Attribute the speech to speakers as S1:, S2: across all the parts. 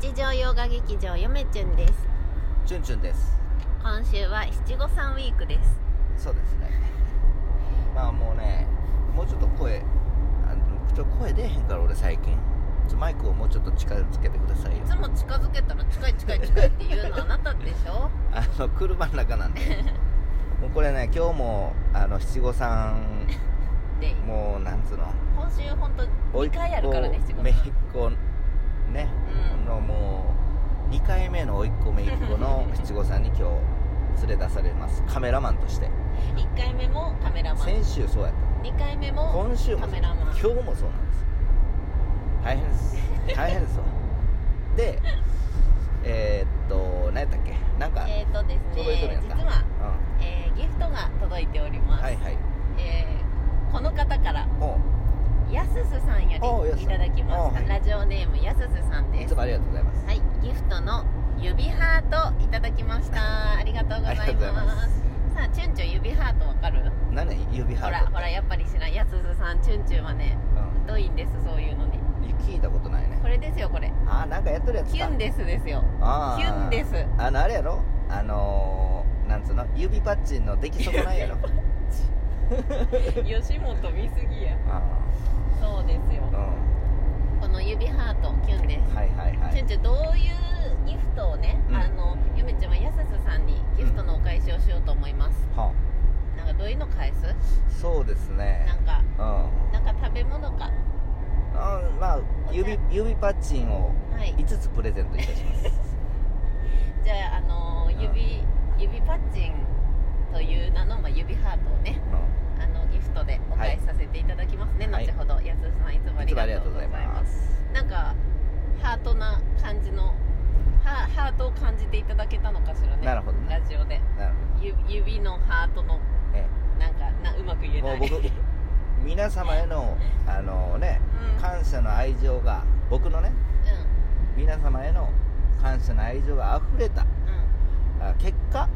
S1: 日常洋画劇場よめちゅんです
S2: チュンチュンです
S1: 今週は七五三ウィークです
S2: そうですね まあもうねもうちょっと声あのちょ声出えへんから俺最近ちょマイクをもうちょっと近づけてくださいよ
S1: いつも近づけたら近い近い近いって言うのあなたでしょ
S2: あの車の 中なんでもうこれね今日もあの七五三
S1: で
S2: もうなんつうの
S1: 今週本当
S2: 甥
S1: 二回あるからね七五
S2: めいっ
S1: 三
S2: 子ね、
S1: うん
S2: のもう2回目の甥っ子めいっ子の七五三に今日連れ出されますカメラマンとして
S1: 一回目もカメラマン
S2: 先週そうやった
S1: 二回目も
S2: 今週も
S1: カメラマン
S2: 今日もそうなんです大変です大変で すわでえーっと何やったっけなんか、
S1: えっ、ー、とです
S2: 届いとる
S1: ね
S2: やん
S1: 実
S2: か
S1: は、
S2: うん
S1: えーギフトが届いております、
S2: はいはい
S1: えーこの方から
S2: お
S1: やすすさんよ
S2: おうやす
S1: り
S2: す
S1: いただきました、
S2: おうはい
S1: ラジオネームやすすさん
S2: い
S1: です
S2: つもありがとうございます
S1: はい、ギフトの指ハートいただきました。ありがとうござい
S2: あ
S1: ます。
S2: りがとうございます
S1: さあ、チュンチュン指ハートわかる？
S2: 何指ハ
S1: ほ
S2: ート
S1: らほらやっぱり知らん。やすずさんチュンチュンはね、どいんですそういうのに。
S2: うんいや、聞いたことないね
S1: これですよこれ。
S2: あーなんかやっとるやつか
S1: キュンですですよ。
S2: あ
S1: キュンです
S2: あのあれやろあのー、なんつうの指パッチンの出来損ないや ろ
S1: 吉本見すぎや。
S2: あ
S1: そうですよ
S2: ーう。ん
S1: この指ハートキュンです。
S2: はいはいは
S1: チュ
S2: い
S1: ンチュンどういうギフトをね、
S2: うん
S1: あのゆめちゃんはやすずさんにギフトのお返しをしようと思います。
S2: は
S1: なんかどういうの返す？
S2: あそうです
S1: な
S2: ね
S1: んか
S2: うんうん
S1: なんか食べ物か。
S2: まあ指指パッチンを
S1: はい。
S2: 5つプレゼントいたし ます
S1: じゃあ、あのー指指パッチンという名の、まあ、指ハートをねあのギフトでお返しさせていただきますね、
S2: はい
S1: 後ほど安田さんいつも
S2: う
S1: あ
S2: ん、いつもあり
S1: りが
S2: がと
S1: と
S2: う
S1: う
S2: ご
S1: ご
S2: ざ
S1: ざ
S2: い
S1: い
S2: ま
S1: ます
S2: す
S1: なんかハートな感じのハハートを感じていただけたのかしらね
S2: なるほどね
S1: ラジオで
S2: なるほ
S1: ゆ指のハートの
S2: どね
S1: なんかなうまく言え
S2: も
S1: な
S2: う
S1: い
S2: 僕皆様へ のあのね
S1: うん、うん、
S2: 感謝の愛情が僕のね皆様への感謝の愛情が溢れた
S1: う
S2: あ結果
S1: ん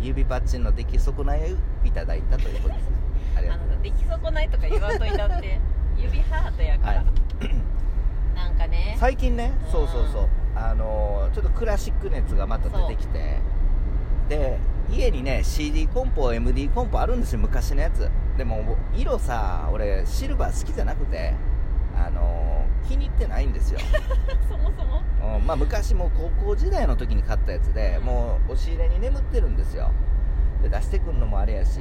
S2: 指パッチンの出来損ないをいただいたということですねあり
S1: うん
S2: が
S1: あ
S2: とうご
S1: の
S2: ざいま
S1: 出来損ないとか言わんといたって 指ハートやから、
S2: はい
S1: なんかね
S2: す最近ね
S1: うん
S2: そうそうそうあのちょっとクラシック熱がまた出てきてで家にね CD コンポ MD コンポあるんですよ昔のやつでも色さ俺シルバー好きじゃなくてあの気に入ってないんですよ
S1: そもそも
S2: うんまあ、昔もう高校時代の時に買ったやつでもう押し入れに眠ってるんですよで出してくんのもあれやし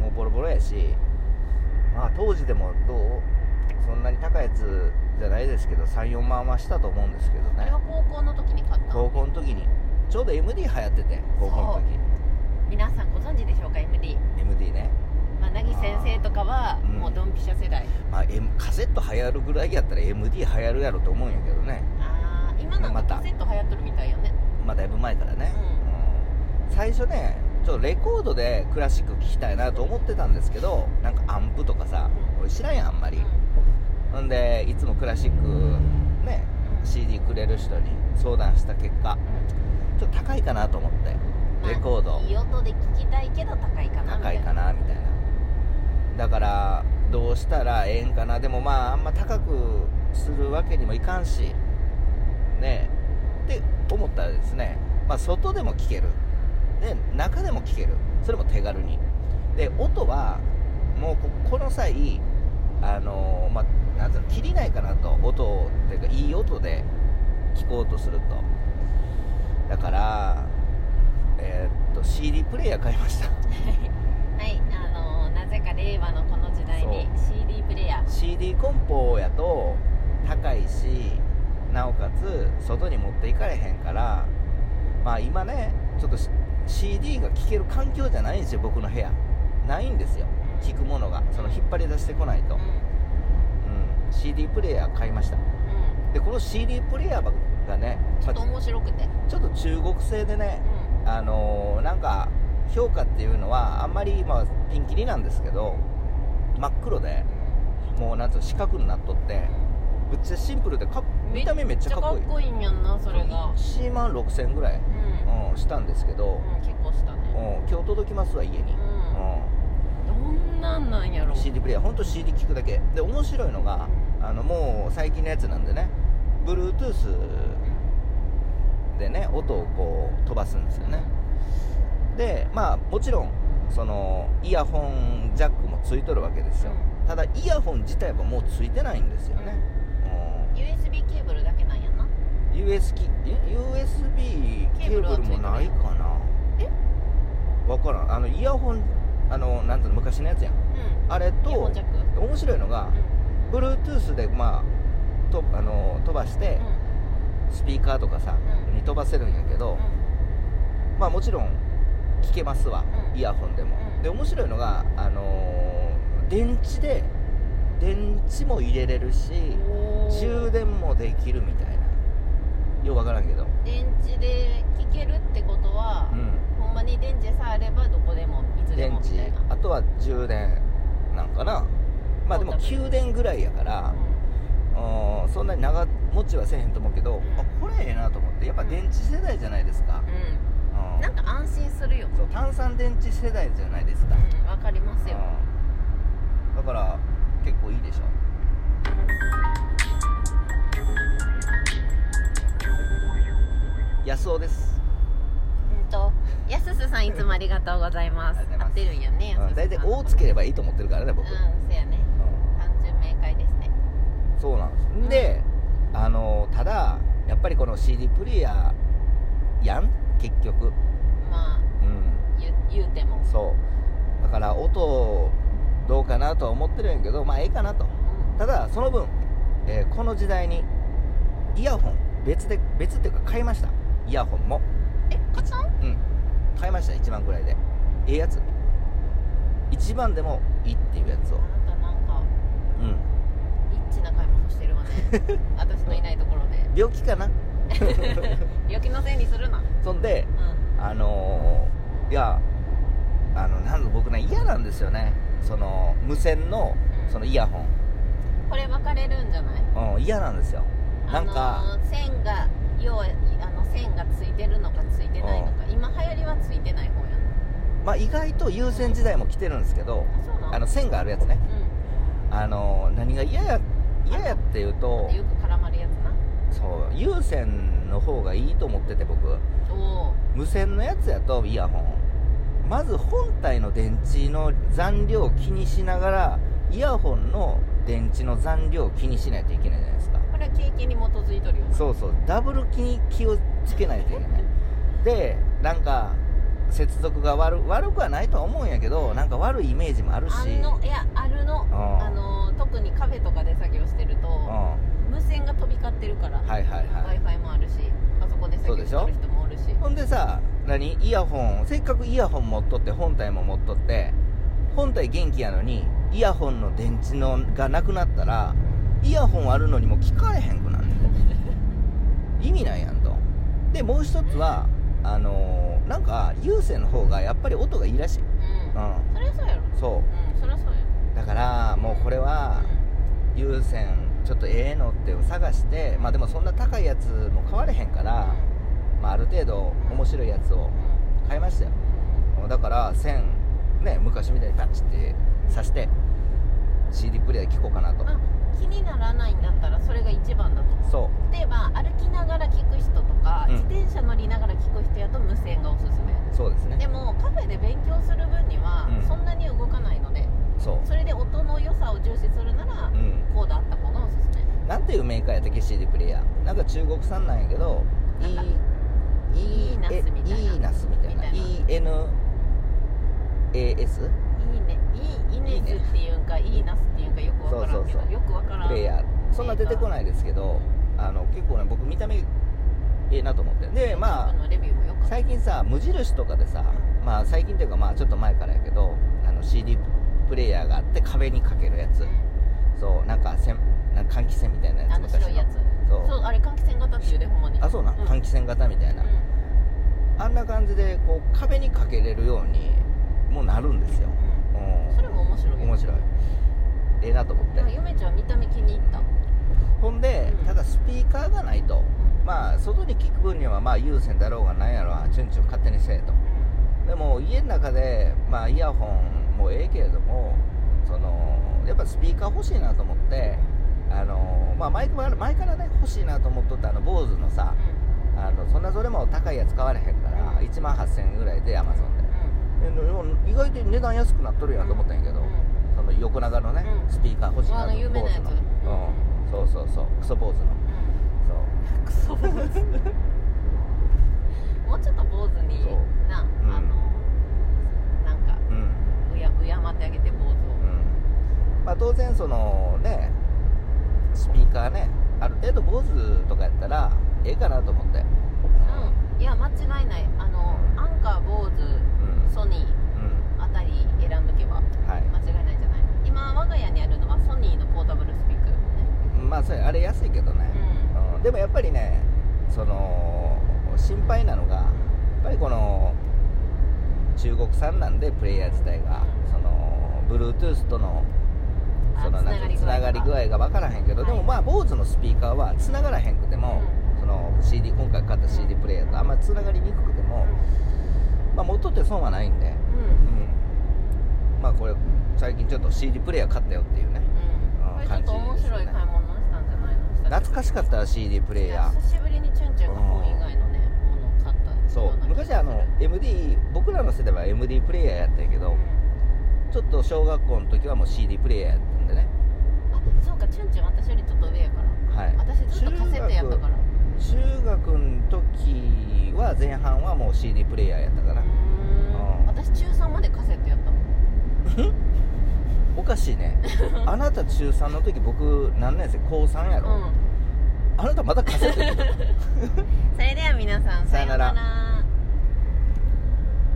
S2: もうボロボロやしまあ当時でもどうそんなに高いやつじゃないですけど34万はしたと思うんですけど
S1: あれ
S2: ね
S1: は高校の時に買った
S2: 高校の時にちょうど MD 流行ってて高校の
S1: 皆さんご存知でしょうか MD
S2: 時 MD ね、
S1: まあ、凪先生とかは
S2: うん
S1: もうドンピシャ世代、
S2: まあ、M カセット流行るぐらいやったら MD 流行るやろと思うんやけどね
S1: ああ今なん
S2: ま
S1: か
S2: た
S1: カセット流行ってるみたいよね
S2: まあだいぶ前からね、
S1: う
S2: うん最初ねちょっとレコードでクラシック聴きたいなと思ってたんですけどなんかアンプとかさ
S1: うん
S2: 俺知らんやんあんまりほんでいつもクラシックね CD くれる人に相談した結果ちょっと高いかなと思ってレコード
S1: まあ、いい音で聞きたいけど高いかなみ
S2: 高
S1: た
S2: い
S1: いな
S2: かなみたいなだからどうしたらええんかなでもまああんま高くするわけにもいかんしねえって思ったらですね、まあ、外でも聴けるで中でも聴けるそれも手軽にで音はもうここの際あのまあなんつうの切りないかなと音をっていうかいい音で聴こうとするとだからえーっと CD プレイヤー買いました
S1: はいあのーなぜか令和のこの時代に CD プレイヤー
S2: CD 梱包やと高いしなおかつ外に持っていかれへんからまあ今ねちょっとし CD が聴ける環境じゃないんですよ僕の部屋ないんですよ聴くものがその引っ張り出してこないと、
S1: うん
S2: うん、CD プレイヤー買いました
S1: うん
S2: でこの CD プレイヤーがね、
S1: ちょ
S2: ま
S1: っと
S2: あ
S1: 面白くて、
S2: ちょっと中国製でね
S1: う
S2: あのーなんか評価っていうのはあんまりまあピンキリなんですけど真っ黒でもうなんつうの四角になっとってぶっちゃシンプルでかっ見た目めっ
S1: めっ
S2: ち
S1: ち
S2: ゃ
S1: ゃ
S2: か
S1: か
S2: っ
S1: っ
S2: こいい
S1: こいいんやんなそれが
S2: 1万6000円ぐらい、
S1: うん、
S2: うん、したんですけど、
S1: うん、結構した
S2: うん
S1: ね、
S2: 今日届きますわ家に、
S1: う、
S2: うん
S1: どんなんなんやろ
S2: ん、CD プレイヤーほんと CD 聞くだけで面白いのがあのもう最近のやつなんでね Bluetooth
S1: うん
S2: でね音をこう飛ばすんですよねでまあもちろんそのイヤホンジャックもついとるわけですよただイヤホン自体はもうついてないんですよね、うん
S1: USB ケーブルだけなんやな
S2: US キえ USB ケ
S1: ケーブル
S2: ー
S1: は
S2: ブルもないかな
S1: え
S2: 分からんあのイヤホンあのなんていうの昔のやつやん
S1: う
S2: あれ
S1: んイヤホ
S2: と
S1: ンジャック
S2: 面白いのが Bluetooth でまあとあの飛ばしてスピーカーとかさ、
S1: うん
S2: に飛ばせるんやけど、まあもちろん聞けますわ、
S1: うん
S2: イヤホンでも、
S1: うん
S2: で面白いのがあのー電池で電池も入れれるし充
S1: 充
S2: 電もできるみたいなようわからんけど
S1: 電池で聞けるってことは、
S2: うん
S1: ほんまに電池さえあればどこでもいつで
S2: 電
S1: もみた
S2: 池
S1: いな
S2: あとは充電なんかなまあでも
S1: ポータブル
S2: 9電ぐらいやからうんそんなに長持ちはせえへんと思うけど
S1: ん
S2: あこれええなと思ってやっぱ電池世代じゃないですか
S1: うん、う
S2: うん
S1: ん、なんか安心するよ
S2: そう炭酸電池世代じゃないですか
S1: うんわかりますよ
S2: うんだから結構いいでしょ安尾です
S1: うんとやすすさんいつもありがとうございます
S2: ありがと
S1: 合
S2: うございます
S1: ってるんやねやすすさん
S2: 大体大つければいいと思ってるからね
S1: うん
S2: 僕、
S1: そうやね単純明快ですね
S2: そうなんです、ん、であのただやっぱりこの CD プレイヤーやん結局
S1: まあ
S2: うん
S1: 言う言うても、
S2: そうだから音どうかなとは思ってるんやけどまあええかなと
S1: うん
S2: ただその分、えーこの時代にイヤホン別で別っていうか買いましたイヤホンも
S1: えカツン
S2: うん買いました1万くらいでええやつ1万でもいいっていうやつを
S1: あなたなんか
S2: うん
S1: リッチな買い物してる わね私のいないところで
S2: 病気かな
S1: 病気のせいにするな
S2: そんで
S1: うん
S2: あのーいやあのなんだ僕ね嫌なんですよねその無線のそのイヤホ
S1: これ分かれるんじゃない
S2: ン、うん、嫌なんですよなんか、
S1: あのー線が要はあの線がついてるのかついてないのか今流行りはついてない方やな
S2: まあ、意外と優先時代も来てるんですけど
S1: あそうな
S2: あの線があるやつね
S1: う
S2: あの何が嫌や嫌やっていうと
S1: んよく絡まるやつな
S2: そう有線の方がいいと思ってて僕
S1: おお
S2: 無線のやつやとイヤホンまず本体の電池の残量を気にしながらイヤホンの電池の残量を気にしないといけないじゃないですか
S1: これは経験に基づいとるよな
S2: そうそうダブル気に気をつけないといけないでなんか接続が悪悪くはないとは思うんやけどなんか悪いイメージもあるし
S1: あのいやあるの
S2: うん
S1: あのー特にカフェとかで作業してる
S2: うん
S1: と
S2: は
S1: 無線が飛び交ってるから
S2: いはいはい
S1: w i f i もあるしパソコンで作業してる人もおるし
S2: ほんでさ何イヤホンせっかくイヤホン持っとって本体も持っとって本体元気やのにイヤホンの電池のがなくなったらイヤホンあるのにも聞かれへんくなんねん意味ないやんとでもう一つはあのーなんか有線の方がやっぱり音がいいらしい
S1: うん
S2: う
S1: そりゃそうやろ
S2: んそ
S1: うんそりゃそうや
S2: うだからもうこれは有線ちょっとええのって探してまあでもそんな高いやつも買われへんから、まあ、ある程度面白いやつを
S1: うんうん
S2: 買いましたよだから線ね昔みたいにパッチって刺して CD プレイヤーで聴こうかなと
S1: まあ気にならないんだったらそれが一番だと思う
S2: そ
S1: 例えば歩きながら聞く人とか、
S2: うん
S1: 自転車乗りながら聞く人やと無線がおすすめ
S2: うそうです
S1: で
S2: ね
S1: もカフェで勉強する分には
S2: うん
S1: そんなに動かないので、
S2: そ
S1: それで音の良さを重視するなら
S2: ううん
S1: コードあった方がおすすめ
S2: なんていうメーカーやったっけ CD プレイヤーなんか中国産なんやけど
S1: なんか
S2: E
S1: いいナスみたいな
S2: えいナスみたいな
S1: み
S2: ENAS
S1: いいねいいイネスっていうんかいいナスっていうんかよくわからんけど
S2: そうそうそう
S1: よくわからん
S2: プレイヤーそんな出てこないですけどあの結構ね僕見た目ええなと思ってでまあ
S1: カップのレビューもよかった
S2: 最近さ無印とかでさ、まあ、最近というかまあちょっと前からやけどあの CD プレイヤーがあって壁にかけるやつそうなんかせんなんか換気扇みたいなやつ
S1: あの白いやつ
S2: そう
S1: そうあれ換気扇型っていうでほんまに
S2: あそうなん、
S1: うん
S2: 換気扇型みたいな、
S1: う
S2: あんな感じでこう壁にかけれるようにもうなるんですよ、
S1: んうんそれも面白い
S2: うん、
S1: よ
S2: 面白いええなと思って、
S1: あゆめちゃん見た目気に入った
S2: ほんで
S1: うん
S2: ただスピーカーがないとまあ外に聞く分にはまあ有線だろうがなんやろうチュンチュン勝手にせえとでも家の中で、まあ、イヤホンもええけれどもそのやっぱスピーカー欲しいなと思ってあの、まあ、マイクもある前からね欲しいなと思っとったあの坊主のさあのそんなそれもの高いやつ買われへんから、
S1: うん
S2: 1万8000円ぐらいでアマゾンで
S1: う
S2: えでも意外と値段安くなっとるやんと思ったんやけど、
S1: ん
S2: その横長のね、
S1: うん
S2: スピーカー欲しいな
S1: あ
S2: と
S1: の有名なやつ
S2: 坊主のうん、そうそうそうクソ坊主のそう
S1: うんクソ坊主もうちょっと坊主に
S2: そう
S1: な、
S2: ん
S1: あのなんか
S2: うん
S1: うや敬ってあげて坊主を
S2: うんまあ、当然そのねスピーカーねある程度坊主とかやったらええかなと思って
S1: うんいや間違いないあのアンカー坊主
S2: うん、うん
S1: ソニーあたり選んどけば
S2: はい
S1: 間違いないんじゃない今我が家にあるのはソニーのポータブルスピーカーよね
S2: まあそれあれ安いけどね、うん、でもやっぱりねその心配なのがやっぱりこの中国産なんでプレイヤー自体が
S1: うん
S2: その Bluetooth との
S1: あ
S2: そのなんていうの
S1: つ
S2: つ
S1: な
S2: なが
S1: がり
S2: り
S1: 具合
S2: 具
S1: が
S2: 合が分からへんけど、でも
S1: はい
S2: まあ BOSE のスピーカーはつながらへんくても、その CD 今回買った CD プレイヤーとあんまりつながりにくくても、まあ、元って損はないんで、
S1: うんうん
S2: うん、まあこれ最近ちょっと CD プレイヤー買ったよっていうね
S1: うんこれちょっと面白い買い物したんじゃないの
S2: 懐かしかったら CD プレイヤー
S1: 久しぶりにチュンチュンが本以外のねものを買った
S2: そう昔はあの MD 僕らの世代は MD プレイヤーやったんやけど、ちょっと小学校の時はもう CD プレイヤーやったんでね
S1: あそうかチュンチュン私よりちょっと上やから
S2: はい
S1: 私ずっとカセットやったから
S2: 中学の時は前半はもう CD プレイヤーやったかな、
S1: うん私中3までカセットやったもん
S2: おかし いねあなた中3の時僕何年生高3やろ、
S1: うん
S2: あなたまたカセットやってた
S1: それでは皆さん
S2: さよなら
S1: ら